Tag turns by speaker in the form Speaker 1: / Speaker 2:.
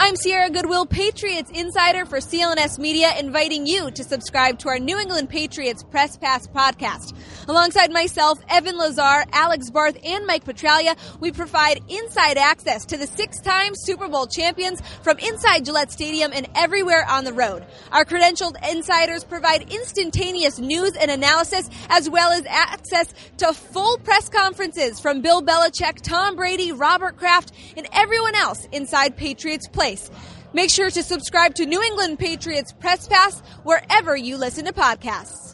Speaker 1: I'm Sierra Goodwill, Patriots Insider for CLNS Media, inviting you to subscribe to our New England Patriots Press Pass podcast. Alongside myself, Evan Lazar, Alex Barth, and Mike Petralia, we provide inside access to the six-time Super Bowl champions from inside Gillette Stadium and everywhere on the road. Our credentialed insiders provide instantaneous news and analysis, as well as access to full press conferences from Bill Belichick, Tom Brady, Robert Kraft, and everyone else inside Patriots Place. Make sure to subscribe to New England Patriots Press Pass wherever you listen to podcasts.